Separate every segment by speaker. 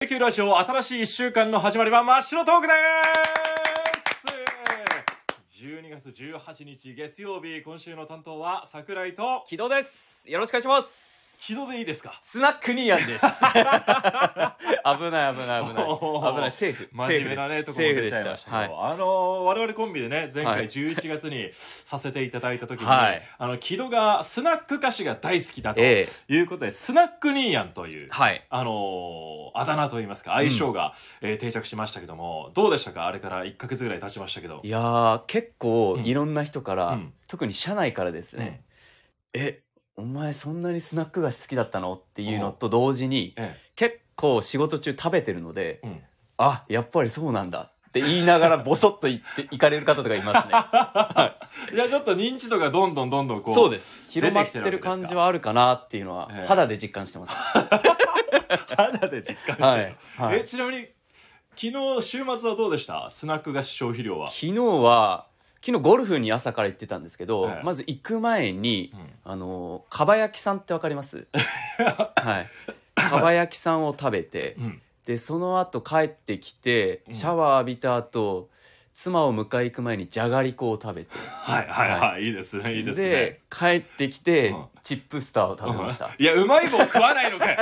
Speaker 1: LKB ラジオ新しい1週間の始まりは真っ白トークです12月18日月曜日今週の担当は桜井と
Speaker 2: 木戸です。よろしくお願いします。
Speaker 1: 木戸でいいですか
Speaker 2: スナックニーヤン です。危ない危ない危ない
Speaker 1: おー
Speaker 2: 危ないセーフ。
Speaker 1: 真面目なね
Speaker 2: セ
Speaker 1: と
Speaker 2: ーフ
Speaker 1: ころも
Speaker 2: で
Speaker 1: 出
Speaker 2: す
Speaker 1: ちゃいましたけ
Speaker 2: セーフで
Speaker 1: ど、
Speaker 2: は
Speaker 1: あのー我々コンビでね前
Speaker 2: は
Speaker 1: 回
Speaker 2: い
Speaker 1: 11月にさせていただいた時に、
Speaker 2: はい
Speaker 1: あの木戸がスナック菓子が大好きだと
Speaker 2: え
Speaker 1: いうことで、スナックニーヤンという、
Speaker 2: はい。
Speaker 1: あのーあだ名といいますか相性が、えー定着しましたけどもどうでしたかあれから1か月ぐらい経ちましたけど
Speaker 2: いやー結構
Speaker 1: うん
Speaker 2: いろんな人から、
Speaker 1: うん
Speaker 2: 特に社内からですね、えお前そんなにスナック菓子好きだったのっていうのと同時に
Speaker 1: え
Speaker 2: 結構仕事中食べてるので
Speaker 1: えうん
Speaker 2: あやっぱりそうなんだって言いながらボソッと言って行かれる方とかい ます
Speaker 1: い
Speaker 2: ね
Speaker 1: やちょっと認知度がどんどんどんどんこう
Speaker 2: そうですす広まってる感じはあるかなっていうのは
Speaker 1: ええ
Speaker 2: 肌で実感してます、
Speaker 1: 肌で実感してる、
Speaker 2: はい、はい
Speaker 1: え、ちなみに昨日週末はどうでしたスナック菓子消費量は、
Speaker 2: 昨日は昨日ゴルフに朝から行ってたんですけど、
Speaker 1: ええ
Speaker 2: まず行く前に
Speaker 1: うん
Speaker 2: あのかば焼きさんってわかります はいかば焼きさんを食べて
Speaker 1: うん
Speaker 2: でその後帰ってきて
Speaker 1: うん
Speaker 2: シャワー浴びた後妻を迎え行く前にじゃがりこを食べて
Speaker 1: はいはいはい、い、いですねいいですね
Speaker 2: で帰ってきて、
Speaker 1: うん
Speaker 2: チップスターを食べました
Speaker 1: うんいやうまい棒食わないのかい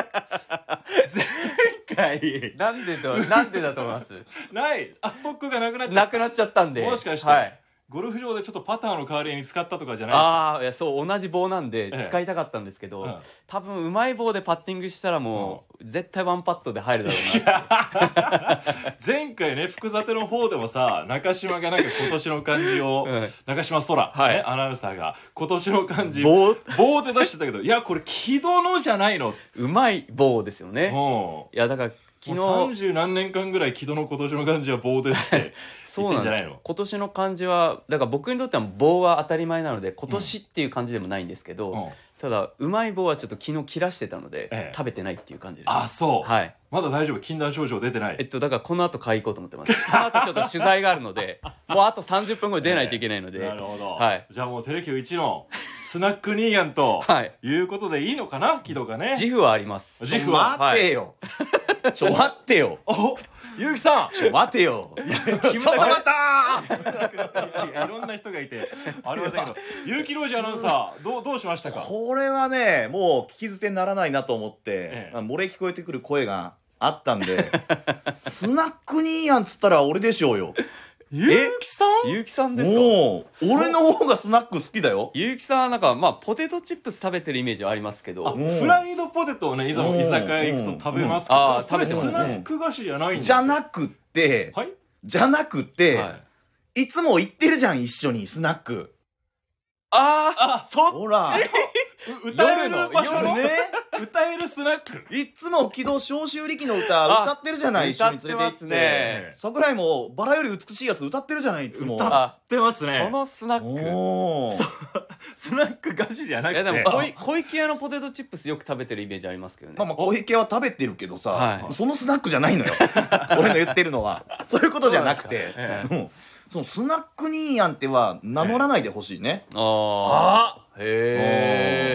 Speaker 1: 前回
Speaker 2: なんでとなんでだと思 います
Speaker 1: ないあストックがなくなっちゃ
Speaker 2: な
Speaker 1: っ
Speaker 2: く
Speaker 1: た
Speaker 2: なっちゃったんで
Speaker 1: もしかして
Speaker 2: はい、
Speaker 1: ゴルフ場でちょっとパターの代わりに使ったとかじゃな
Speaker 2: ああいやそう同じ棒なんで
Speaker 1: ええ
Speaker 2: 使いたかったんですけど、
Speaker 1: いですか
Speaker 2: 多分うまい棒でパッティングしたらもう、絶対ワンパットで入るだろう
Speaker 1: 前回ね福立の方でもさ中島がなんか今年の漢字 を、
Speaker 2: な、
Speaker 1: 中島空、
Speaker 2: はい
Speaker 1: ね、アナウンサーが今年の漢字
Speaker 2: 棒
Speaker 1: 棒で出してたけどいやこれ木戸のじゃないの
Speaker 2: うまい棒ですよね
Speaker 1: も
Speaker 2: いやだから
Speaker 1: う
Speaker 2: 昨
Speaker 1: もう
Speaker 2: 日
Speaker 1: 30何年間ぐらい木戸の今年の漢字は棒ですって
Speaker 2: そう
Speaker 1: 言って
Speaker 2: なん
Speaker 1: んじゃない
Speaker 2: で
Speaker 1: の
Speaker 2: す今年の漢字はだから僕にとっては棒は当たり前なので今年っていう感じでもないんですけど、
Speaker 1: うん
Speaker 2: ただうまい棒はちょっと昨日切らしてたので、
Speaker 1: ええ
Speaker 2: 食べてないっていう感じです
Speaker 1: あそう、
Speaker 2: はい
Speaker 1: まだ大丈夫禁断症状出てない
Speaker 2: えっとだからこの後買い行こうと思ってますこの後ちょっと取材がある のでもうあと30分後に出ないといけないので、
Speaker 1: なるほど、
Speaker 2: はい
Speaker 1: じゃあもうテレキュー1のスナックニーヤンと
Speaker 2: はい
Speaker 1: いうことでいいのかな木戸がね
Speaker 2: 自負はあります
Speaker 1: 自負は
Speaker 2: はい
Speaker 3: 待てよ。ちょ、待ってよ。
Speaker 1: おゆうきさん
Speaker 3: ちょ、待てよ。
Speaker 1: ちょっ
Speaker 3: ちょっと待った
Speaker 1: いやいろんな人がいてありませんけど結城ロジアナウンサーどうどうしましたか
Speaker 3: これはね、もう聞き捨てならないなと思って、
Speaker 1: ええ
Speaker 3: まあ漏れ聞こえてくる声があったんで、 スナックニーヤンっつったら俺でしょうよ。
Speaker 1: 結城さん
Speaker 2: ゆうきさんですか
Speaker 3: もう、俺の方がスナック好きだよ。
Speaker 2: ゆうきさんはなんかまあポテトチップス食べてるイメージはありますけ
Speaker 1: あ
Speaker 2: ど
Speaker 3: うん
Speaker 1: フライドポテトをねいざ
Speaker 3: うん
Speaker 1: 居酒屋行くと食べますけ
Speaker 2: うんあ
Speaker 1: ど
Speaker 2: ー
Speaker 1: それ
Speaker 2: 食べてます
Speaker 1: ス
Speaker 2: ね
Speaker 1: ナック菓子じゃないん
Speaker 3: じゃ
Speaker 1: く
Speaker 3: なくって、
Speaker 1: はい
Speaker 3: じゃなくって、
Speaker 2: はい
Speaker 3: い、つも行ってるじゃん、一緒にスナック。
Speaker 2: あ
Speaker 1: あ
Speaker 2: そ
Speaker 3: ほら、
Speaker 1: う歌える場所
Speaker 3: 夜
Speaker 1: の
Speaker 3: ね。
Speaker 1: 歌えるスナック
Speaker 3: いつも軌道消臭力の歌歌ってるじゃない、一緒
Speaker 2: 歌
Speaker 3: に
Speaker 2: って
Speaker 3: 連れて行
Speaker 2: ます
Speaker 3: って。
Speaker 2: ね
Speaker 3: 桜井もバラより美しいやつ歌ってるじゃないいつも
Speaker 1: 歌っ
Speaker 2: あ
Speaker 1: 出ます
Speaker 2: そのスナック
Speaker 3: おお
Speaker 1: スナック菓子じゃないく
Speaker 2: や
Speaker 1: て
Speaker 2: でも
Speaker 3: あ
Speaker 2: 小い小池屋のポテトチップスよく食べてるイメージありますけどね
Speaker 3: まあまあ小池は食べてるけどさ、
Speaker 2: はい
Speaker 3: そのスナックじゃないのよ俺の言ってるのはそういうことじゃなくて
Speaker 1: え
Speaker 3: うんそのスナックニーヤンっては名乗らないでほしいね、
Speaker 2: あ
Speaker 1: あ
Speaker 2: ーへ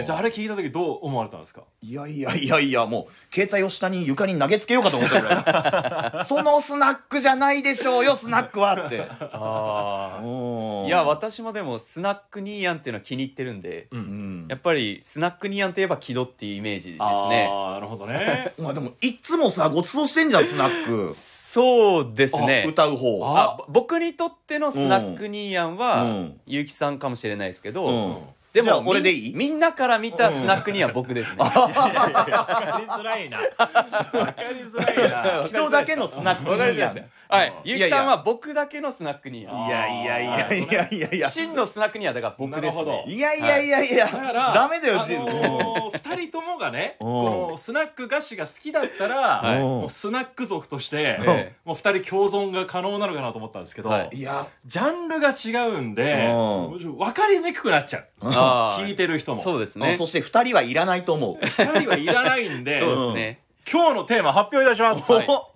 Speaker 1: ー
Speaker 2: え
Speaker 1: じゃああれ聞いた時どう思われたんですか
Speaker 3: いやいやいやいやもう携帯を下に床に投げつけようかと思ったぐらいそのスナックじゃないでしょうよスナックはって
Speaker 2: あ
Speaker 3: お
Speaker 2: ー
Speaker 3: ー
Speaker 2: いや私もでもスナックニーヤンっていうのは気に入ってるんで
Speaker 1: う
Speaker 3: うんん
Speaker 2: やっぱりスナックニーヤンといえば木戸っていうイメージですね
Speaker 1: ああなるほど ね
Speaker 3: まあでもいつもさごちそうしてんじゃんスナック
Speaker 2: そうですね
Speaker 3: 歌う方
Speaker 1: あ
Speaker 2: あぼ僕にとってのスナックニーヤンは、
Speaker 3: うん
Speaker 2: ゆうきさんかもしれないですけど、
Speaker 3: うん
Speaker 2: でも
Speaker 3: じゃあ
Speaker 2: み
Speaker 3: 俺でいい
Speaker 2: みんなから見たスナックニーヤンは僕ですね、
Speaker 1: いやいやいやわかりづらいなわかりづらい な
Speaker 3: 人だけのスナックニ
Speaker 2: わかり
Speaker 3: ー
Speaker 2: づら
Speaker 3: ヤ
Speaker 2: いです
Speaker 3: ン
Speaker 2: ねはい
Speaker 3: いや
Speaker 2: ゆう
Speaker 3: いや
Speaker 2: きさんは僕だけのスナックニーヤン
Speaker 3: いやいやいやいやいやいや
Speaker 2: 真のスナックニーヤンだから僕です
Speaker 1: なるほ
Speaker 2: ね
Speaker 1: ど
Speaker 3: いやいやいやいや、
Speaker 1: だから
Speaker 3: ダメだよ、
Speaker 1: あ
Speaker 3: ジム。
Speaker 1: のー、2人ともがね
Speaker 3: う
Speaker 1: こ
Speaker 3: ん
Speaker 1: のスナック菓子が好きだったら、
Speaker 2: はい
Speaker 1: もうスナック族として、
Speaker 2: ええ
Speaker 1: もう2人共存が可能なのかなと思ったんですけど、
Speaker 2: はい
Speaker 3: いや、
Speaker 1: ジャンルが違うんで、
Speaker 3: うん
Speaker 1: もうちょっと分かりにくくなっちゃう
Speaker 2: あー
Speaker 1: 聞いてる人も
Speaker 2: そうですね
Speaker 3: そして二人はいらないと思う。
Speaker 1: 2人はいらないんで
Speaker 2: そうですね、
Speaker 1: 今日のテーマ発表いたします、
Speaker 2: はい
Speaker 3: お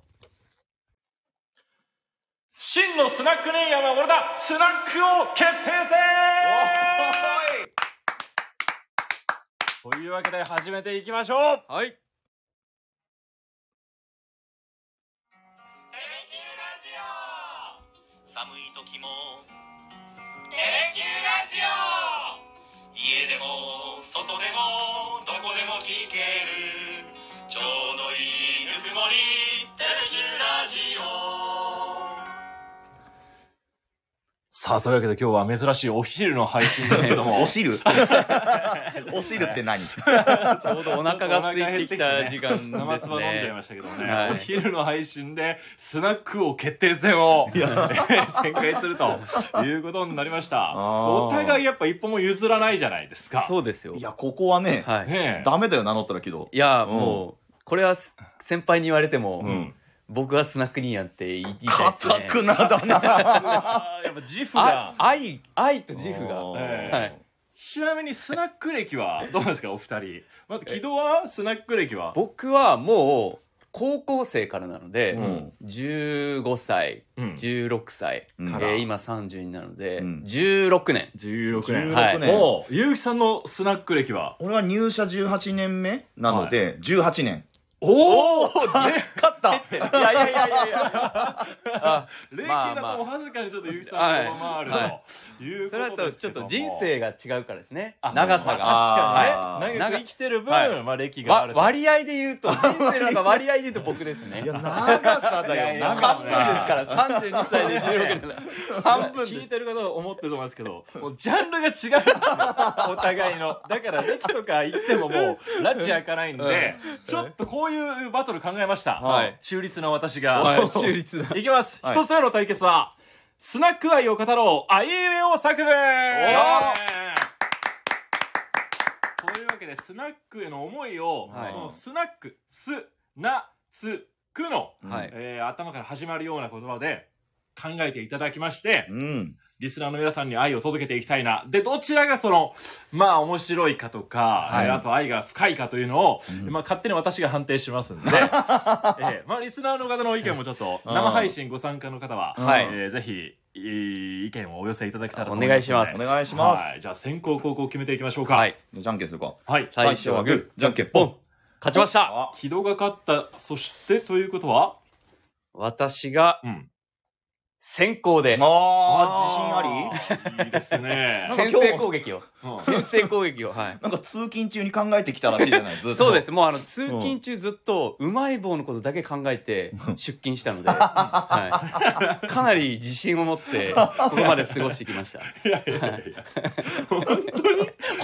Speaker 1: 真のスナックネイヤーは俺だスナック王決定戦というわけで始めていきましょう
Speaker 2: はい
Speaker 4: 寒い時も「テレキューラジオ」家でも外でもどこでも聞けるちょうどいいぬくもり「テレキューラジオ」
Speaker 1: さあ、というわけで今日は珍しいお昼の配信ですけども
Speaker 3: お、汁お汁って何
Speaker 2: ちょうどお腹が空いてきた時間ですね。
Speaker 1: 生唾飲んじゃいましたけどね、
Speaker 2: はい
Speaker 1: お昼の配信でスナックを決定戦を展開するということになりました。
Speaker 3: あー
Speaker 1: お互いやっぱ一歩も譲らないじゃないですか。
Speaker 2: そうですよ。
Speaker 3: いやここはね、
Speaker 2: はい。
Speaker 1: ねえ
Speaker 3: ダメだよ名乗ったらけど
Speaker 2: いや、
Speaker 3: うん
Speaker 2: もう、これはす先輩に言われても、
Speaker 3: うん
Speaker 2: 僕はスナックニーやんって言い言いたい
Speaker 3: か
Speaker 2: ですね。
Speaker 3: たくなだな
Speaker 1: あーやっぱ自負が。
Speaker 2: あ愛、愛と自負が。
Speaker 3: お
Speaker 2: は
Speaker 3: ー
Speaker 1: え
Speaker 2: い。
Speaker 1: ちなみにスナック歴はどうなんですか、お二人。まず木戸はスナック歴は。
Speaker 2: 僕はもう、高校生からなので、
Speaker 3: うん
Speaker 2: 15歳、
Speaker 1: うん
Speaker 2: 16歳、
Speaker 3: うん
Speaker 2: えー今32なので、
Speaker 3: うん
Speaker 2: 16年。
Speaker 1: 16年。
Speaker 2: はい
Speaker 3: 16年、
Speaker 1: おう、ゆうきさんのスナック歴は。
Speaker 3: 俺は入社18年目なので、18年
Speaker 1: おお
Speaker 3: 勝った
Speaker 2: いやいやいやいやいや。あ
Speaker 1: 霊系
Speaker 2: まあ
Speaker 1: だ
Speaker 2: まあ
Speaker 1: とおはずかにちょっとゆうきさんを上回る
Speaker 2: はい
Speaker 1: という
Speaker 2: そ
Speaker 1: こ
Speaker 2: れは
Speaker 1: と
Speaker 2: そう
Speaker 1: です
Speaker 2: ちょ
Speaker 1: けど
Speaker 2: っと
Speaker 1: も
Speaker 2: 人生が違うからですね。
Speaker 1: あ
Speaker 2: 長さ
Speaker 1: ま
Speaker 2: が。
Speaker 1: あ確
Speaker 3: あー
Speaker 1: かにね長く生きてる分、
Speaker 2: はい
Speaker 1: まあ歴があ
Speaker 2: わ
Speaker 1: ると
Speaker 2: 割合で言うと、人生の中割合で言うと僕ですね。
Speaker 3: いや長さだよ
Speaker 1: いやいや
Speaker 3: 長
Speaker 2: カッ
Speaker 3: さ
Speaker 2: プルですから32歳で16年半分
Speaker 1: 聞
Speaker 2: で
Speaker 1: い
Speaker 2: す
Speaker 1: てる方は思ってると思いますけどもうジャンルが違うんですよお互いのだから歴とか言ってももうラチ開か ないんでちょっとこういうバトル考えました、
Speaker 2: はい
Speaker 1: 中立な私が、
Speaker 2: はい中立 だ
Speaker 1: いきます、
Speaker 3: はい
Speaker 1: 一つ目の対決はスナック愛を語ろうあいうえお作文というわけでスナックへの思いを、
Speaker 2: はい
Speaker 1: このスナックすなつくの、
Speaker 2: はい
Speaker 1: えー頭から始まるような言葉で考えていただきまして、
Speaker 3: うん
Speaker 1: リスナーの皆さんに愛を届けていきたいな。で、どちらがその、まあ面白いかとか、
Speaker 2: はい
Speaker 1: えーあと愛が深いかというのを、
Speaker 3: うん
Speaker 1: まあ勝手に私が判定しますんで、えーまあリスナーの方の意見もちょっと、
Speaker 3: うん
Speaker 1: 生配信ご参加の方は、
Speaker 2: はい
Speaker 1: えーぜひ、えー意見をお寄せいただけたらと
Speaker 2: お
Speaker 1: 思います。
Speaker 2: 願いします
Speaker 3: お願いします
Speaker 1: はい。じゃあ先行後攻決めていきましょうか。
Speaker 2: はい。
Speaker 3: じゃんけんするか
Speaker 1: はい。
Speaker 2: 最初はグー
Speaker 3: じゃんけん
Speaker 2: ポン勝ちました
Speaker 3: あ
Speaker 1: 軌道が勝った、そしてということは
Speaker 2: 私が
Speaker 1: うん。
Speaker 2: 先行で
Speaker 3: あー自信あり
Speaker 1: 自信ありいいですね。
Speaker 2: 先制攻撃を
Speaker 1: うん
Speaker 2: 先制攻撃をはい
Speaker 3: なんか通勤中に考えてきたらしいじゃないずっと
Speaker 2: そうですもうあの通勤中ずっとうまい棒のことだけ考えて出勤した ので、はい、かなり自信を持ってここまで過ごしてき ました
Speaker 1: いやいやいやいや本当に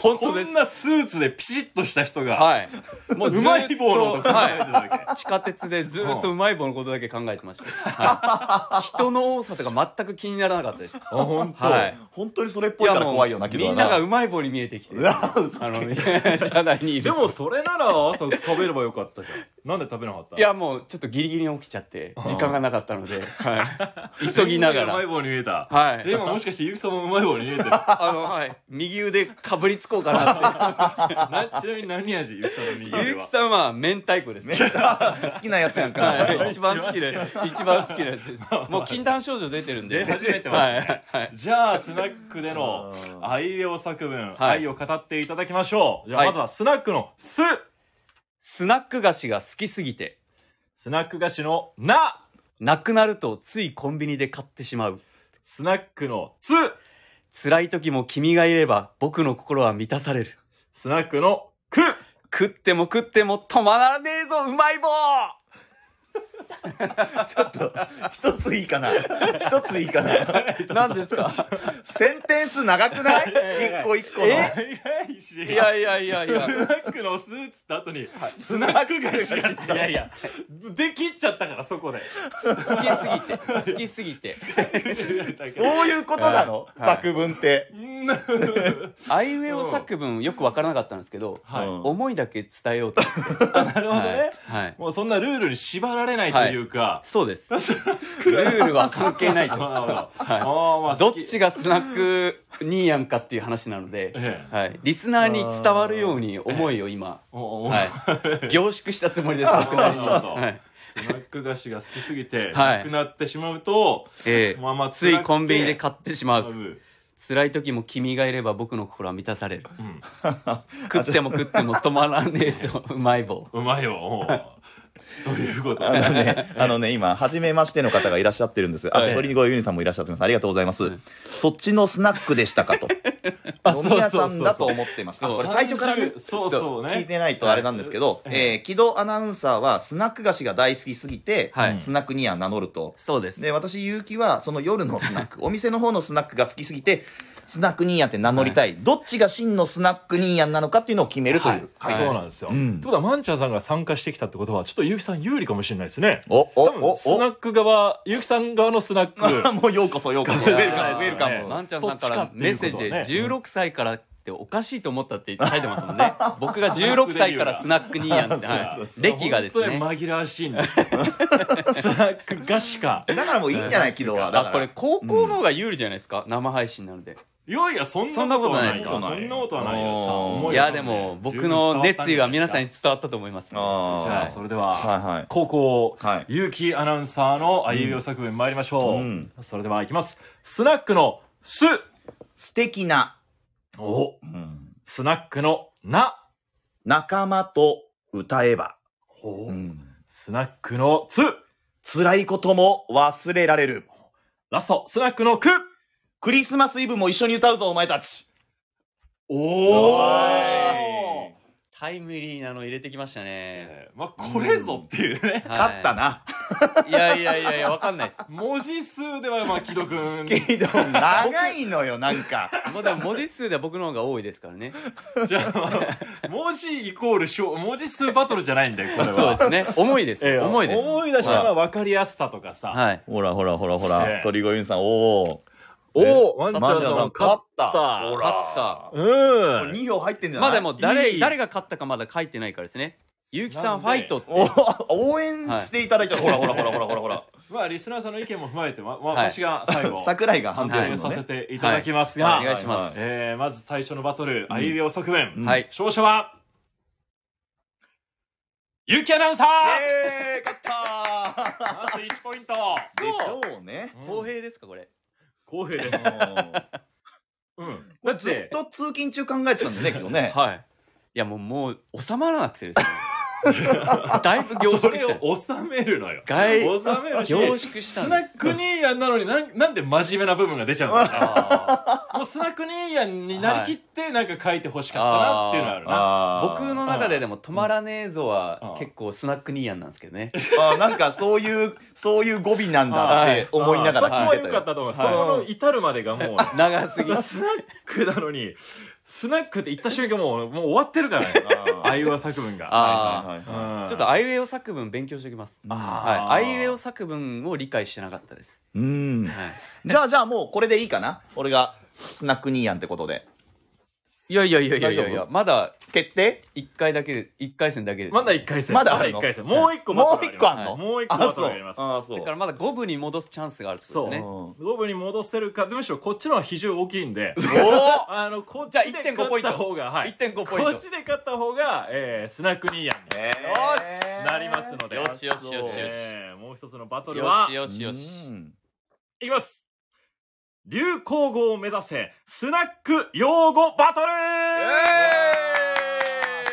Speaker 2: 本当
Speaker 1: こ
Speaker 2: です
Speaker 1: んなスーツでピシッとした人が、
Speaker 2: はいも
Speaker 1: う
Speaker 2: ずっと
Speaker 1: まい棒のこと考え
Speaker 2: は
Speaker 1: てた
Speaker 2: い
Speaker 1: だけ、
Speaker 2: 地下鉄でずっとうまい棒のことだけ考えてました、はい、人の多さとか全く気にならなかったです
Speaker 1: あ本当、
Speaker 2: はい
Speaker 3: 本当にそれっぽいから怖いよなけど
Speaker 2: みんながうまい棒に見えてきて
Speaker 3: うわ嘘つけ
Speaker 2: あの車内にいる
Speaker 1: でもそれなら朝食べればよかったじゃんなんで食べなかった
Speaker 2: いやもうちょっとギリギリに起きちゃって時間がなかったので、はい、急 ぎなが
Speaker 1: うまい
Speaker 2: ら
Speaker 1: 棒に見えた、
Speaker 2: はい
Speaker 1: で今もしかしてゆきさんもうまい棒に見えてる
Speaker 2: あの、はい、右腕かぶりつこうかな
Speaker 1: なちなみに何味ゆきさんの右
Speaker 2: って
Speaker 1: 腕
Speaker 2: ゆうき
Speaker 1: は
Speaker 2: さんは明太子ですね
Speaker 3: 好きなやつやんか
Speaker 2: はい、一番好きで一番好きなやつですもう禁断症状出てるんで
Speaker 1: 出始めてますね
Speaker 2: はいはい、
Speaker 1: じゃあスナックでの
Speaker 3: うん
Speaker 1: あいうえお作文、
Speaker 2: はい
Speaker 1: 愛を語っていただきましょうじゃあ
Speaker 2: はい
Speaker 1: まずはスナックの「す」
Speaker 2: スナック菓子が好きすぎて
Speaker 1: スナック菓子の「な
Speaker 2: なくなるとついコンビニで買ってしまう。」
Speaker 1: スナックの「つ」
Speaker 2: 辛い時も君がいれば僕の心は満たされる。
Speaker 1: スナックの「く」
Speaker 2: 食っても食っても止まらねえぞ、うまい棒
Speaker 3: ちょっと一ついいかな一ついいかな
Speaker 2: 何ですか
Speaker 3: センテンス長くない一個一個の
Speaker 1: 長いし
Speaker 2: いやいやいやい
Speaker 1: スナ
Speaker 2: や。
Speaker 1: ックのスーツって後に、スナック菓子やって。いやいや、できっちゃったから、そ こで。
Speaker 2: 好きすぎて、好きすぎて。
Speaker 3: そういうことなの
Speaker 2: はい
Speaker 3: 作文って
Speaker 1: うん な
Speaker 2: あ いうえお作文よくわからなかったんですけど、
Speaker 1: はい
Speaker 3: うん
Speaker 2: 思いだけ伝えようと思って。
Speaker 1: るほど
Speaker 2: はい
Speaker 1: ね。。
Speaker 2: はい。
Speaker 1: もうそんなルールに縛られないというか、
Speaker 2: そうです。ルールは関係ない
Speaker 1: ま
Speaker 2: と。
Speaker 1: あま あま
Speaker 2: は
Speaker 1: あまあ
Speaker 2: い。どっち
Speaker 1: が、
Speaker 2: がスナックにやんかっていう話なので、
Speaker 1: ええ
Speaker 2: はい。リスナーに伝わるように思いを今、
Speaker 1: おお
Speaker 2: はい、凝縮したつもりです僕な りに、
Speaker 1: なるほど
Speaker 2: はい
Speaker 1: スナック菓子が好きすぎて、
Speaker 2: はい
Speaker 1: なくなってしまうと、
Speaker 2: ええ
Speaker 1: まあまあ
Speaker 2: ついコンビニで買ってしま
Speaker 1: 多
Speaker 2: う
Speaker 1: 分
Speaker 2: 辛い時も君がいれば僕の心は満たされる
Speaker 1: うん
Speaker 2: 食っても食っても止まらねえぞうまい棒
Speaker 1: うまいよ。どういうこと
Speaker 3: あのね、あのね、今、初めましての方がいらっしゃってるんです。あ、
Speaker 1: はい
Speaker 3: 鳥越ユニさんもいらっしゃってます。ありがとうございます
Speaker 2: ん。
Speaker 3: そっちのスナックでしたかと。
Speaker 1: あ
Speaker 3: 飲み屋
Speaker 1: そ
Speaker 3: さ
Speaker 1: うそうそうそうん
Speaker 3: だと思ってました。
Speaker 1: そう
Speaker 3: これ最初からね、
Speaker 1: そうそうね
Speaker 3: 聞いてないとあれなんですけど、
Speaker 1: はい
Speaker 3: えー、木戸アナウンサーはスナック菓子が大好きすぎて、
Speaker 2: はい
Speaker 3: スナックニア名乗ると。
Speaker 2: そうです
Speaker 3: で、私、結城は、その夜のスナック、お店の方のスナックが好きすぎて、スナックニーヤって名乗りたい。どっちが真のスナックニーヤなのかっていうのを決めるという
Speaker 1: は
Speaker 3: 会
Speaker 1: い、
Speaker 3: です。
Speaker 1: そうなんですよ。
Speaker 3: うん
Speaker 1: ってことは、マンチャーさんが参加してきたってことは、ちょっと結城さん有利かもしれないですね。
Speaker 3: お、お、
Speaker 1: 多
Speaker 3: お
Speaker 1: 分、スナック側、結城さん側のスナッ ク。
Speaker 3: お。もうようこそ ようこそ。ウェルカム、ウェルカ
Speaker 1: ね
Speaker 3: ム。
Speaker 2: マンちゃんさんからメッセージで
Speaker 1: そっちかっていう
Speaker 2: 16歳からっておかしいと思ったって書いてますもんね僕が16歳からスナックにいやんって、は
Speaker 3: そうそうそ
Speaker 2: いう歴がで すね
Speaker 1: 本当に紛らわしいんですよ。スナックがしか。
Speaker 3: だからもういいんじゃない、木戸は。だか
Speaker 2: あ
Speaker 3: ら
Speaker 2: これ高校の方が有利じゃないですか、生配信なので
Speaker 1: いやいや、そん
Speaker 2: そん
Speaker 1: な
Speaker 2: な
Speaker 1: こ
Speaker 2: こと
Speaker 1: は
Speaker 2: とな
Speaker 1: ないい
Speaker 2: です
Speaker 1: よ
Speaker 2: か
Speaker 1: そんなことはないよ。さあ
Speaker 3: お
Speaker 1: 思
Speaker 3: ー
Speaker 2: い
Speaker 1: が
Speaker 2: やでも僕の熱意は皆さんに。伝わったと思います
Speaker 1: 十分
Speaker 2: ね
Speaker 1: 伝わったんじゃないですかじゃ
Speaker 3: あ
Speaker 1: あ、それでは、
Speaker 3: あ。はいはい。
Speaker 1: 高校
Speaker 3: はい、
Speaker 1: 結城アナウンサーのあいうえお作文参りましょう
Speaker 3: う。
Speaker 1: んそれでは、いきます。スナックの、す。
Speaker 3: 素敵な、
Speaker 1: おスナックの、な。
Speaker 3: 仲間と歌えば、
Speaker 1: おスナックの、つ。
Speaker 3: 辛いことも忘れられる。
Speaker 1: ラスト、スナックの、く。
Speaker 3: クリスマスイブも一緒に歌うぞ、お前たち。
Speaker 1: お
Speaker 3: ーい
Speaker 2: タイムリーなの入れてきましたね、
Speaker 1: えーまあ、これぞっていうね。
Speaker 2: はい
Speaker 3: 勝ったな。
Speaker 2: いやいやいやいやわかんないです
Speaker 1: 文字数では、まあ、木戸くん。
Speaker 3: けど、長いのよ、なんか。
Speaker 2: もうでも文字数では僕の方が多いですからね
Speaker 1: じゃあ、文字イコールしょ、文字数バトルじゃないんだよ、これ
Speaker 2: そう
Speaker 1: は。
Speaker 2: ですね重いです、
Speaker 1: ええ
Speaker 2: 重いです
Speaker 1: 重いだし、ま
Speaker 3: はい
Speaker 1: あ、分かりやすさとかさ。
Speaker 2: はい
Speaker 3: ほらほらほらほ
Speaker 1: ええ
Speaker 3: ら、鳥越ユンさん、お
Speaker 1: おお、ワン
Speaker 3: お。
Speaker 1: ちゃん
Speaker 3: マンジ
Speaker 1: さん
Speaker 3: ャーさ
Speaker 1: 勝
Speaker 3: ん、勝
Speaker 1: っ
Speaker 3: った。
Speaker 1: た
Speaker 3: ほ
Speaker 2: 勝った
Speaker 3: ら。
Speaker 1: う
Speaker 3: これ
Speaker 1: ん。
Speaker 3: 2票入ってんじゃな
Speaker 2: まあ
Speaker 3: い
Speaker 2: でも誰
Speaker 1: いい
Speaker 2: 誰が勝ったかまだ書いてないからですね。ゆうきさんフ
Speaker 1: なん
Speaker 2: ァ
Speaker 1: で
Speaker 2: イトって。
Speaker 3: お応 援していただいたら、ほらほらほらほらほらほら。
Speaker 1: まあ、リスナーさんの意見も踏まえて、ま、ま
Speaker 2: はい
Speaker 1: 私が最 後、
Speaker 3: 桜井が判
Speaker 1: 判
Speaker 3: 定す
Speaker 1: 定さ
Speaker 3: るの
Speaker 1: せ
Speaker 3: ね。
Speaker 1: ていただきます
Speaker 2: お
Speaker 1: が、
Speaker 2: 願いします。
Speaker 1: えーまず最初のバトル、あいうえお側面。
Speaker 2: はい。
Speaker 1: 勝者は、ゆうきアナウンサー
Speaker 3: えー、勝った
Speaker 1: まず1ポイント。
Speaker 3: ーでしょうね。
Speaker 2: 公平ですかこれ。
Speaker 1: 公平です。うん。だ
Speaker 3: だ
Speaker 1: っ、
Speaker 3: ずってと通勤中考えてたんだよね、昨日ね。
Speaker 2: はい。いやもうもう収まらなくてです ね。だいぶ凝
Speaker 1: そ
Speaker 2: 縮
Speaker 1: れ
Speaker 2: したよ。
Speaker 1: を収めるのよ。
Speaker 2: 外
Speaker 1: 収めるし、
Speaker 2: 凝縮した
Speaker 1: ス
Speaker 2: ん
Speaker 1: ナ
Speaker 2: で
Speaker 1: ッ
Speaker 2: す。
Speaker 1: クニーヤンなのになんなんで真面目な部分が出ちゃうんだろうね
Speaker 2: あ
Speaker 1: もうスナックニーヤンになりきってなんか書いてほしかったなっていうのはあるな。
Speaker 2: ー
Speaker 3: あー
Speaker 2: 僕の中ででも止まらねえぞ
Speaker 1: うん
Speaker 2: は結構スナックニーヤンなんですけどね。
Speaker 3: あーなんかそういう、そういう語尾なんだって思いながら
Speaker 1: あー
Speaker 3: 聞
Speaker 1: そこは
Speaker 3: いて
Speaker 1: 良
Speaker 3: た
Speaker 1: かっ
Speaker 3: よ。
Speaker 1: たと思う。そ
Speaker 3: はい
Speaker 1: この至るまでがもう、
Speaker 2: 長す ぎ。
Speaker 1: スナックなのに、スナックって言った瞬間もう、もう終わってるからね。あいうえお作文が。
Speaker 2: あ
Speaker 3: はいはいはい
Speaker 1: うん
Speaker 2: あ。ちょっと、あいうえお作文勉強しておきます。
Speaker 1: あ
Speaker 2: はい。あ
Speaker 1: ー
Speaker 2: いうえお作文を理解してなかったです。
Speaker 3: うん。
Speaker 2: はい。
Speaker 3: じゃあじゃあもうこれでいいかな俺がスナックニーヤンってことで。
Speaker 2: い やいやいやいやいや
Speaker 3: 大
Speaker 2: い
Speaker 3: 丈
Speaker 2: や、まだ
Speaker 3: 決定
Speaker 2: 一回だけで、一回戦だけです、
Speaker 1: まだ1回戦。
Speaker 3: まだある
Speaker 1: 一
Speaker 3: の
Speaker 1: 回戦。もう1個
Speaker 3: も
Speaker 1: バ
Speaker 3: う
Speaker 1: トル
Speaker 3: 一個
Speaker 1: が
Speaker 3: あんの
Speaker 1: もう一個
Speaker 3: あ
Speaker 1: バトル
Speaker 3: そう
Speaker 1: があります。
Speaker 3: あそ
Speaker 2: だからまだ五分に戻すチャンスがあるってことですね。
Speaker 3: う。
Speaker 1: ロブに戻せるか、でむしろこっちの方が比重大きいんで、
Speaker 2: お
Speaker 1: あの、こっち
Speaker 2: じゃあ
Speaker 1: で
Speaker 2: 1.5
Speaker 1: 勝
Speaker 2: ポイ
Speaker 1: っ
Speaker 2: ント
Speaker 1: た方が、は
Speaker 2: お
Speaker 1: い。
Speaker 2: !1.5 ポイン
Speaker 1: こ
Speaker 2: ト
Speaker 1: っ。ちで勝った方が、えースナックニーヤンに、
Speaker 3: えー
Speaker 1: よしなりますので。
Speaker 2: よしよしよしよし
Speaker 1: えーもう一つのバトル
Speaker 2: よ
Speaker 1: は
Speaker 2: し、よしよ
Speaker 3: う
Speaker 2: し。
Speaker 3: ん
Speaker 1: いきます流行語を目指せスナック用語バトルさあやってまいりました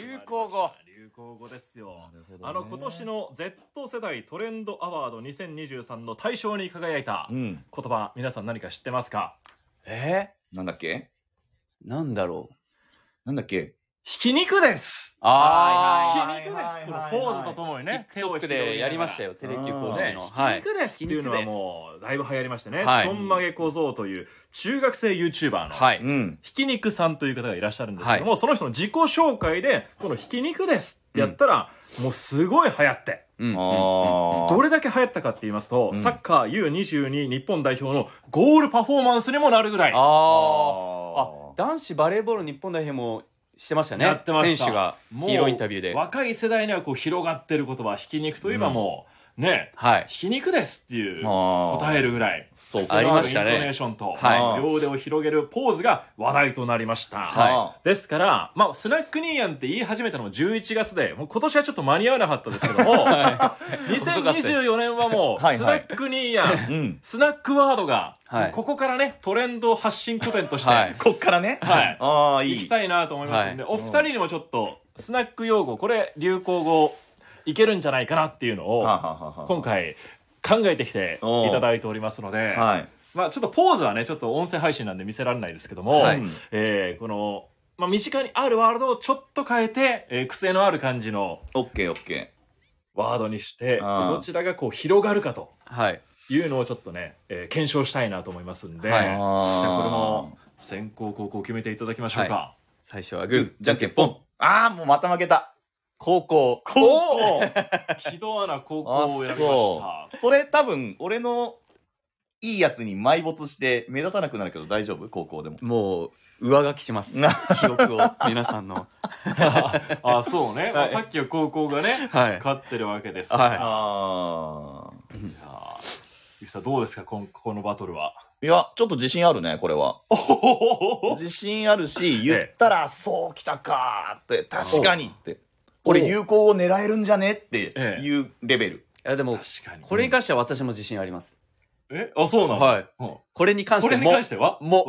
Speaker 2: 流行語
Speaker 1: 流行語ですよあの今年、の Z 世代トレンドアワード2023の大賞に輝いた
Speaker 3: う
Speaker 1: 言
Speaker 3: ん。
Speaker 1: 葉皆さん何か知ってますか
Speaker 3: えー、なんだっけ
Speaker 2: なんだろう。
Speaker 3: なんだっけ
Speaker 1: ひき肉ですひき
Speaker 2: あ
Speaker 3: はい
Speaker 1: 肉ですこの
Speaker 3: はいはいはい
Speaker 1: ポーズとともに
Speaker 2: ー、
Speaker 1: ね手を
Speaker 2: TikTok でやりましたよ。テレキュー公式
Speaker 1: ね、
Speaker 2: の。は
Speaker 1: ひ
Speaker 2: い
Speaker 1: き。肉ですっていうのはもうだいぶ流行りましたね、
Speaker 2: はい
Speaker 1: ちょんまげ小僧という中学生 YouTuber の
Speaker 2: はい。
Speaker 3: うん。
Speaker 1: ひき肉さんという方がいらっしゃるんですけども、その人の自己紹介で、このひき肉ですってやったら、もうすごい流行って。
Speaker 2: うんうん
Speaker 3: あ
Speaker 1: どれだけ流行ったかって言いますと、
Speaker 3: うん
Speaker 1: サッカー U22 日本代表のゴールパフォーマンスにもなるぐらい。
Speaker 2: あーあ
Speaker 3: あ。
Speaker 2: 男子バレーボール日本代表もしてましたね。
Speaker 1: やってました
Speaker 2: 選手が
Speaker 1: もう
Speaker 2: ヒーローインタビューで。
Speaker 1: 若い世代にはこう広がってる言葉、ひき肉といえばもう、ね、
Speaker 2: はい。
Speaker 1: ひき肉ですっていう
Speaker 3: あー
Speaker 1: 答えるぐらい。
Speaker 3: そう
Speaker 2: ありましたね
Speaker 1: イントネーションと、
Speaker 2: はい
Speaker 1: 両腕を広げるポーズが話題となりました。
Speaker 3: は
Speaker 1: ですから、まあ、スナックニーヤンって言い始めたのも11月で、もう今年はちょっと間に合わなかったですけど も、2024年はもう、
Speaker 3: はい
Speaker 1: スナ
Speaker 3: はい
Speaker 1: ックニーヤン、
Speaker 3: うん。
Speaker 1: スナックワードが、
Speaker 2: はい
Speaker 1: ここからね、トレンド発信拠点として、
Speaker 2: は
Speaker 1: はいい、
Speaker 3: こっからね。ああ、い
Speaker 1: 行き
Speaker 3: い。
Speaker 1: たいなと思いますんで、お二人にもちょっと、スナック用語これ流行語いけるんじゃないかなっていうのを、
Speaker 3: はあはあはあはあ
Speaker 1: 今回考えてきていただいておりますので、
Speaker 3: はい
Speaker 1: まあ、ちょっとポーズはねちょっと音声配信なんで見せられないですけども、
Speaker 2: はい
Speaker 1: えーこの、まあ、身近にあるワールドをちょっと変えて、えー癖のある感じの
Speaker 3: オッケーオッケ
Speaker 1: ワードにしてで
Speaker 3: あー
Speaker 1: どちらがこう広がるかと
Speaker 2: はい。
Speaker 1: いうのをちょっとね、えー検証したいなと思いますんで、
Speaker 2: はい
Speaker 1: じゃ
Speaker 3: あー
Speaker 1: あこれも先行後攻決めていただきましょうか。
Speaker 2: 最初は
Speaker 3: ー
Speaker 2: グ
Speaker 3: グ
Speaker 2: ー、
Speaker 3: ー
Speaker 2: じ
Speaker 3: じ
Speaker 2: ゃ
Speaker 3: ゃ
Speaker 2: ん
Speaker 3: ん
Speaker 2: け
Speaker 3: け
Speaker 2: ん
Speaker 3: ん
Speaker 2: ポ
Speaker 3: ポ
Speaker 2: ン
Speaker 3: ン。ああもうまた負けた
Speaker 2: 高校。
Speaker 3: おー
Speaker 1: 木戸アナ高校を 選びま
Speaker 3: あ
Speaker 1: し
Speaker 3: そうそれ多分俺のいいやつに埋没して目立たなくなるけど大丈夫高校でも
Speaker 2: もう、上書きし ます。
Speaker 3: な
Speaker 2: 記憶を、皆さんの。
Speaker 1: た。あ、そうね。まあ、さっきは高校がね、
Speaker 2: はい。
Speaker 1: 勝ってるわけです
Speaker 2: はい
Speaker 1: が。
Speaker 3: ああ
Speaker 1: いやーゆきさんどうですかこんこのバトルは。
Speaker 3: いやちょっと自信あるねこれは自信あるし言ったら、そうきたかーって確かにって俺
Speaker 1: お
Speaker 3: 流行を狙えるんじゃねって
Speaker 1: ええ
Speaker 3: いうレベル、
Speaker 2: いや、でも、
Speaker 1: 確かに。
Speaker 2: これに関しては私も自信あります。
Speaker 1: えあ、そうなの
Speaker 2: はい
Speaker 1: うん
Speaker 2: これに関し
Speaker 1: こ
Speaker 2: て
Speaker 1: れに
Speaker 2: も
Speaker 1: 関、しては
Speaker 2: もう、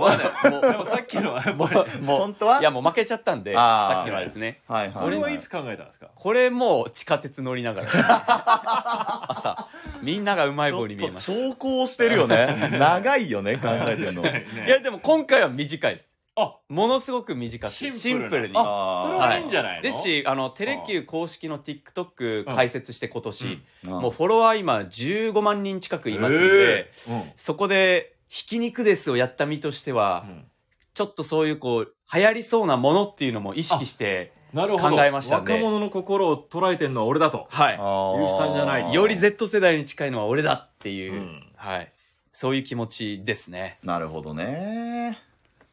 Speaker 2: も
Speaker 1: でもさっきのはやっ ぱり
Speaker 2: う、も
Speaker 3: 本当は
Speaker 2: う、いや、もう負けちゃったんで、
Speaker 3: あー
Speaker 2: さっきのはですね。
Speaker 3: はいはい
Speaker 1: これ
Speaker 3: は
Speaker 1: はいいつ考えたんですか
Speaker 2: これもう地下鉄乗りながら。朝、みんながうまい
Speaker 3: ちょ
Speaker 2: 棒
Speaker 3: っ
Speaker 2: に見えま
Speaker 3: と
Speaker 2: す。
Speaker 3: 兆候してるよね長いよね考えてるの
Speaker 2: いや、でも今回は短いです。
Speaker 1: あ
Speaker 2: ものすごく短く、シンプルに。
Speaker 1: あ
Speaker 2: は
Speaker 1: それはいいんじゃないの
Speaker 2: いですし、あの、テレキュー公式の TikTok 開設して今年、
Speaker 3: うん
Speaker 2: もうフォロワー今15万人近くいますん
Speaker 1: え
Speaker 2: で、
Speaker 1: えうん
Speaker 2: そこで、ひき肉ですをやった身としては、
Speaker 1: うん
Speaker 2: ちょっとそういうこう、流行りそうなものっていうのも意識して、
Speaker 1: なるほど
Speaker 2: 考えましたんで
Speaker 1: 若者の心を捉えてるのは俺だと
Speaker 2: は
Speaker 3: あー
Speaker 1: ゆうきさんじゃない
Speaker 2: い。より Z 世代に近いのは俺だっていう、
Speaker 1: うん
Speaker 2: はい。そういう気持ちです ね。
Speaker 3: なるほどね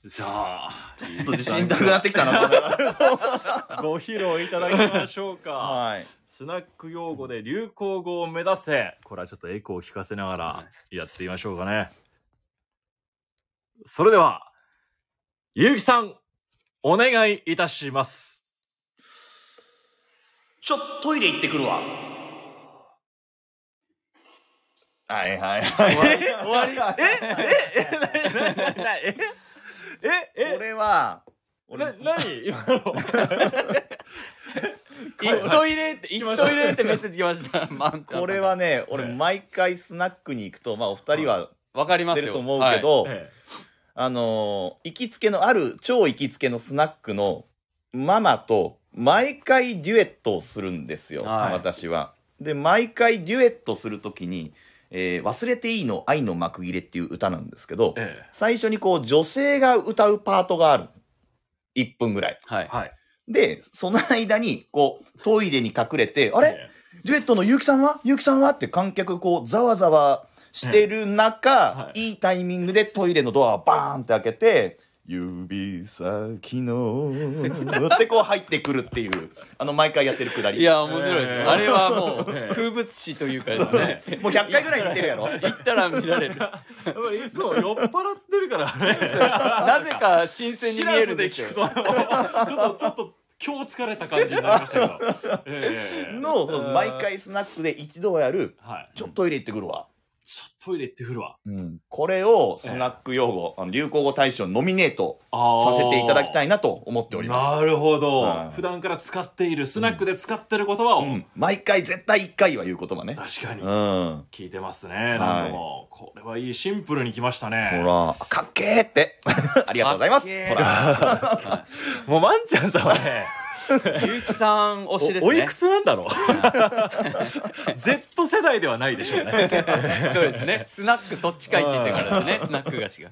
Speaker 1: じゃあ
Speaker 3: ちょっと自信なくなってきたな
Speaker 1: ご披露いただきましょうか
Speaker 3: はい
Speaker 1: スナック用語で流行語を目指せこれはちょっとエコーを聞かせながらやってみましょうかねそれではゆうきさんお願いいたします
Speaker 3: ちょっとトイレ行ってくるわはいはいはい
Speaker 1: 終わりえええななえええ
Speaker 3: 俺は
Speaker 1: な
Speaker 3: 俺
Speaker 1: 何今の
Speaker 2: 一トイレって、一トイレってメッセージ来ま した。マンタ
Speaker 3: これは。ね
Speaker 1: は
Speaker 3: 俺
Speaker 1: い
Speaker 3: 毎回スナックに行くとまあお二人は
Speaker 2: わかります
Speaker 3: 出
Speaker 2: よ。
Speaker 3: ると思うけど、
Speaker 1: え
Speaker 3: あのー行きつけのある超行きつけのスナックのママと毎回デュエットをするんですよ、
Speaker 2: はい
Speaker 3: 私は。で毎回デュエットする時に「えー忘れていいの愛の幕切れ」っていう歌なんですけど
Speaker 1: ええ
Speaker 3: 最初にこう女性が歌うパートがある1分ぐらい。
Speaker 2: はい。はい
Speaker 1: えはい
Speaker 3: でその間にこうトイレに隠れて「あれデュエットの結城さんは結城さんは?」って観客こうざわざわしてる中、
Speaker 1: はい
Speaker 3: い、いタイミングでトイレのドアをバーンって開けて「指先の」ってこう入ってくるっていう あの毎回やってるくだり
Speaker 2: いや、面白い、ね
Speaker 1: えー
Speaker 2: あれはもう、
Speaker 1: えー
Speaker 2: 風物詩というかですね。
Speaker 3: もう100回ぐらい見てるやろ
Speaker 2: 行ったら見ら れる。
Speaker 1: やっぱりいつも酔っ払ってるからね
Speaker 2: なぜか新鮮に見えるんですよ。
Speaker 1: シラフで聞くとちょっとちょっと今日疲れた感じになりましたけど、 ええ
Speaker 3: のその毎回スナックで一度はやる
Speaker 1: はい
Speaker 3: 「ちょっとトイレ行ってくるわ
Speaker 1: ちょっとトイレ行ってくるわ」
Speaker 3: これをスナック用語、あの流行語大賞ノミネート
Speaker 1: あー
Speaker 3: させていただきたいなと思っております
Speaker 1: なるほ
Speaker 3: は
Speaker 1: ど
Speaker 3: い
Speaker 1: 普段から使っているスナックで使ってる言葉を、
Speaker 3: うん毎回絶対1回は言う言葉ね
Speaker 1: 確かに
Speaker 3: うん
Speaker 1: 聞いてますね何度もこれはいいシンプルにきましたね
Speaker 3: ほら、かっけ ーって。ありがとうございます。ほら、
Speaker 1: もうまんちゃんさんは ね
Speaker 2: ゆうきさん推しですね。
Speaker 1: おいくつなんだろう Z 世代ではないでし ょうね
Speaker 2: そうですね。スナックそっちかいって言ってからです ね。スナック菓子が。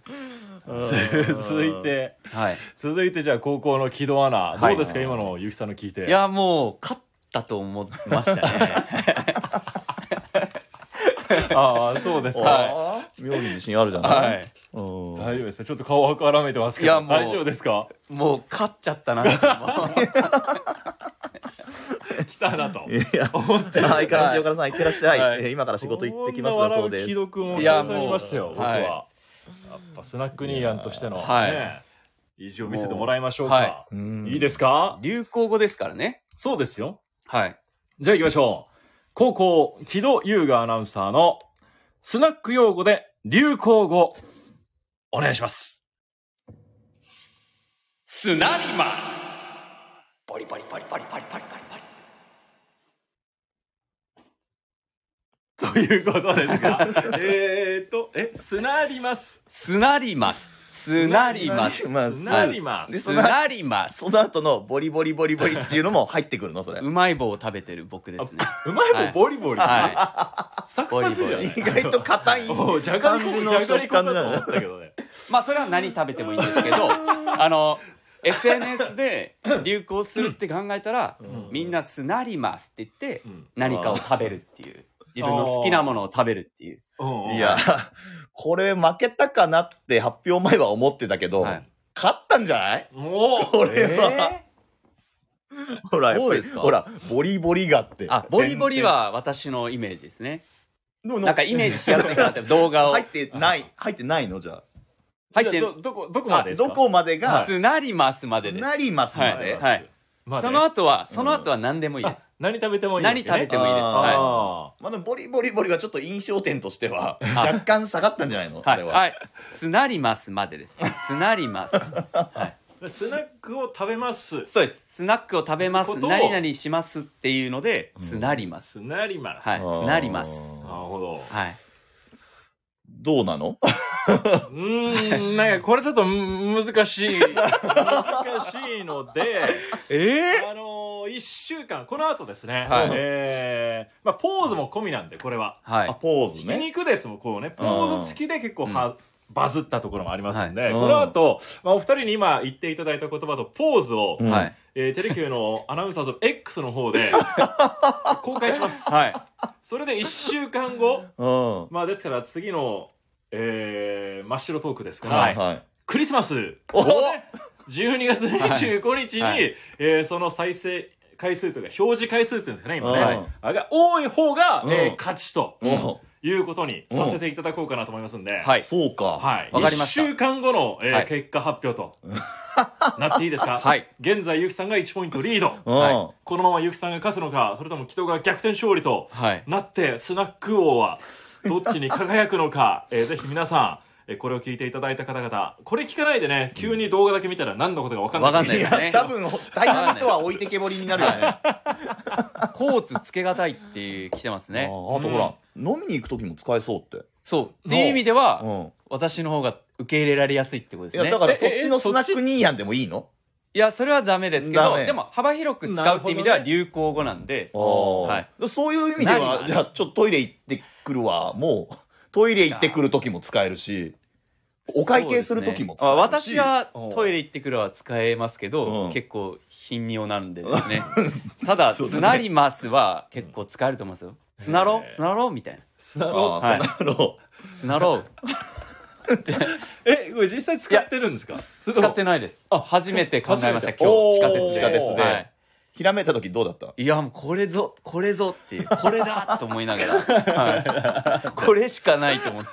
Speaker 1: 続いて
Speaker 2: はい。
Speaker 1: 続いてじゃあ高校の木戸アナどうですか今のゆきさんの聞いて
Speaker 2: いや、もう、勝ったと思いましたね。
Speaker 1: ああそうですか
Speaker 3: はい。妙に自信あるじゃない。
Speaker 2: は
Speaker 3: うん
Speaker 1: 大丈夫ですかちょっと顔を絡めてますけ
Speaker 2: いや
Speaker 1: ど
Speaker 2: もう
Speaker 1: 大丈夫ですか
Speaker 2: い。もう、勝っちゃったなって思う。
Speaker 1: 来たなと
Speaker 3: いや、はい、からし、よからさん、いってらっしゃい。
Speaker 1: はい
Speaker 3: えー今から仕事行ってきますだそうで
Speaker 1: こ
Speaker 3: す。
Speaker 1: んな笑う木戸君を
Speaker 2: いや
Speaker 1: 支えましたよ
Speaker 2: もう
Speaker 1: 僕は
Speaker 2: はい
Speaker 1: やっぱスナックニーヤンとしての
Speaker 2: いやはい
Speaker 1: ね意地を見せてもらいましょう
Speaker 2: は
Speaker 1: か
Speaker 3: うん
Speaker 1: いいですか
Speaker 2: 流行語ですからね。
Speaker 1: そうですよ
Speaker 2: はい。
Speaker 1: じゃあ行きましょう。高校、木戸優雅アナウンサーのスナック用語で流行語、お願いします。
Speaker 2: すなります。
Speaker 4: パリパリパリパリパリパリパリパリ
Speaker 1: ということですがえーっとえすなります
Speaker 2: すなります。すなります。
Speaker 3: まあ
Speaker 1: すなります
Speaker 2: すなります
Speaker 3: そ。の後のボリボリボリボリっていうのも入ってくるのそれ
Speaker 2: うまい棒を食べてる僕ですね。
Speaker 1: うまい
Speaker 2: はい
Speaker 1: 棒ボリボリ、
Speaker 2: は
Speaker 1: サクサクじゃない
Speaker 3: 意外と硬 い
Speaker 1: おうじゃがりこ
Speaker 3: 感じ
Speaker 1: じ
Speaker 3: の
Speaker 1: ゃがりこだ
Speaker 3: 食感だ
Speaker 1: と
Speaker 3: ね
Speaker 1: 思ったけどね
Speaker 2: い。まあそれは何食べてもいいんですけ ど、あの SNS で流行するって考えたら、みんなすなりますって言って
Speaker 1: うん
Speaker 2: 何かを食べるっていう。自分の好きなものを食べるってい
Speaker 1: う
Speaker 2: う。
Speaker 1: んうん
Speaker 3: いやこれ負けたかなって発表前は思ってたけど、
Speaker 2: はい
Speaker 3: 勝ったんじゃない
Speaker 1: おお
Speaker 3: これは、ほらやっぱり
Speaker 2: そうですか
Speaker 3: ほらボリボリがあって
Speaker 2: あ、ボリボリは私のイメージですね。
Speaker 3: のの
Speaker 2: なんかイメージしやすいかなって動画を
Speaker 3: 入。ってない入ってないのじゃあ
Speaker 2: 入って
Speaker 1: じゃあど
Speaker 2: る。
Speaker 1: どこどこまでですか
Speaker 3: どこまでが、
Speaker 2: すなりますまでです。
Speaker 3: なりますま
Speaker 1: まで
Speaker 3: で、
Speaker 2: はい
Speaker 1: まで
Speaker 2: その後は、その後は何でもいいです。
Speaker 1: 何食べてもいいわけ
Speaker 2: 何
Speaker 1: ね
Speaker 2: 食べてもいいです。
Speaker 3: あー
Speaker 2: はい。
Speaker 1: あ
Speaker 3: まあ、でもボリボリボリはちょっと印象点としては若干下がったんじゃないの、あ
Speaker 2: は
Speaker 3: れ
Speaker 2: い、
Speaker 3: は、
Speaker 2: はい、すなりますまでです。すなり ます。はい、
Speaker 1: ースナックを食べます
Speaker 2: そうです。スナックを食べます。
Speaker 1: ことを
Speaker 2: 何々しますっていうので、すなります。
Speaker 1: すなります、
Speaker 2: はい、
Speaker 3: あー
Speaker 2: すなります。
Speaker 1: なるほど
Speaker 2: はい。
Speaker 3: どうなの
Speaker 1: うーんなんかこれちょっとん難しい難しいので
Speaker 2: え
Speaker 1: あのー、1週間この後ですね、
Speaker 2: はい
Speaker 1: えーまあ、ポーズも込みなんでこれは
Speaker 2: は
Speaker 3: あ
Speaker 2: い。
Speaker 3: ポー
Speaker 1: ひ
Speaker 3: ズ
Speaker 1: き
Speaker 3: ね
Speaker 1: 肉ですもんこうねポーズ付きで結構は、バズったところもありますんで、
Speaker 3: い
Speaker 1: この後、まあ、お二人に今言っていただいた言葉とポーズを、
Speaker 3: うん
Speaker 2: はい。
Speaker 1: えーテレキューのアナウンサーズ X の方で公開します
Speaker 2: はい。
Speaker 1: それで1週間後
Speaker 3: うんは
Speaker 1: まあですから次の、えー、真っ白トークですから、
Speaker 2: はい
Speaker 3: いはい
Speaker 1: クリスマス
Speaker 3: お
Speaker 1: をね12月25日に、
Speaker 2: はいはい
Speaker 1: えーその再生回数というか表示回数っていうんですかね今ね、
Speaker 3: はい
Speaker 1: あが多い方が、えー
Speaker 3: うん
Speaker 1: 勝ちと
Speaker 3: うん
Speaker 1: いうことにさせていただこうかなと思いますんで、
Speaker 2: はい
Speaker 3: そうか、
Speaker 1: はい、
Speaker 2: わかりました
Speaker 1: 1週間後の、えー
Speaker 2: はい
Speaker 1: 結果発表 となっていいですか、
Speaker 2: はい
Speaker 1: 現在ゆきさんが1ポイントリード
Speaker 3: うん
Speaker 2: はい
Speaker 1: このままゆきさんが勝つのかそれとも紀藤が逆転勝利と
Speaker 2: はい。
Speaker 1: なってスナック王 はどっちに輝くのか、えーぜひ皆さん、えーこれを聞いていただいた方々これ聞かないでね急に動画だけ見たら何のことか分かんない
Speaker 2: わかんない
Speaker 3: い
Speaker 2: です
Speaker 3: や
Speaker 2: ね。
Speaker 3: 多分大半とは置いてけぼりになるよね、あ
Speaker 2: コーツつけがたいっていう来てます
Speaker 3: あ
Speaker 2: ね。
Speaker 3: とほら、飲みに行く時も使えそうって、
Speaker 2: そう。っていう意味で
Speaker 3: う
Speaker 2: は、
Speaker 3: ん
Speaker 2: 私の方が受け入れられやすいってことで
Speaker 3: い
Speaker 2: す
Speaker 3: や
Speaker 2: ね。
Speaker 3: だから
Speaker 1: え
Speaker 3: そっち
Speaker 1: え
Speaker 3: の
Speaker 1: そ
Speaker 3: ス
Speaker 1: っ
Speaker 3: ナ
Speaker 1: ち
Speaker 3: ックニーヤンでもいいの
Speaker 2: いや、それはダメですけど、
Speaker 3: ダメ
Speaker 2: でも幅広く使うっていう意味では流行語なんで、は。
Speaker 3: はいい、そういう意味で
Speaker 2: なりま
Speaker 3: は
Speaker 2: す
Speaker 3: じゃあちょっとトイレ行ってくるわもうトイレ行ってくる時も使えるしお会計する時も使えるし、
Speaker 2: そうですねあ私はトイレ行ってくるは使えますけど、
Speaker 3: うん
Speaker 2: 結構頻尿なんでですねただ「
Speaker 3: そうだね
Speaker 2: すなります」は結構使えると思いますよ「すなろうすなろう」みたいな
Speaker 1: スナック王
Speaker 3: ああ、
Speaker 2: はい
Speaker 3: そうなの
Speaker 2: 「すなろう
Speaker 1: えこれ実際使ってるんですか」
Speaker 2: 使って
Speaker 1: る
Speaker 2: ないです初めて考えまし
Speaker 1: 初め
Speaker 2: た
Speaker 1: てお
Speaker 2: 今
Speaker 1: ー
Speaker 2: 日
Speaker 1: 地
Speaker 2: 地下鉄で
Speaker 1: 下鉄
Speaker 3: で
Speaker 2: はい
Speaker 3: ひらめいた時どうだった
Speaker 2: いやもうこれぞこれぞっていうこれだと思いながら、はいこれしかないと思って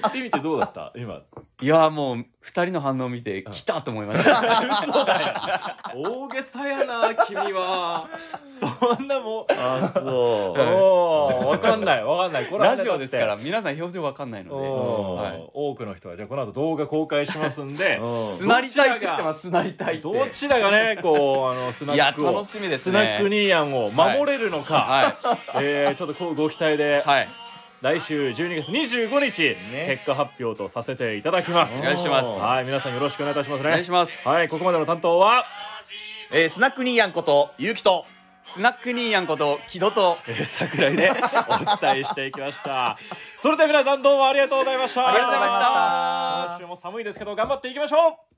Speaker 1: 行ってみてどうだった今
Speaker 2: いやもう二人の反応見て来たと思いました
Speaker 1: 大げさやな君 はそんなもう
Speaker 3: あそ
Speaker 1: おわかんないわかんないこれ
Speaker 2: ラジオですから皆さん表情わかんないので
Speaker 1: おー
Speaker 2: はい
Speaker 1: 多くの人はじゃあこの後動画公開しますんで
Speaker 2: すなりたいって来てますすなりたいって
Speaker 1: どちらが ねこうあのスナ
Speaker 2: いや
Speaker 1: ックを
Speaker 2: 楽しみです
Speaker 1: ス
Speaker 2: ね
Speaker 1: ナックニーヤンを守れるのか、
Speaker 2: は
Speaker 1: えーちょっとこうご期待で
Speaker 2: い、はい、
Speaker 1: 来週12月25日、
Speaker 3: ね
Speaker 1: 結果発表とさせていただきます
Speaker 2: お願いします
Speaker 1: はい皆さんよろしくお願いいたしますね
Speaker 2: お願いします、
Speaker 1: はいここまでの担当は、
Speaker 3: えースナックニーヤンことゆうきと
Speaker 2: スナックニーヤンこと木戸と
Speaker 1: えー、桜井でお伝えしていきましたそれでは皆さんどうもありがとうございました
Speaker 2: ありがとうございました
Speaker 1: 今週も寒いですけど頑張っていきましょう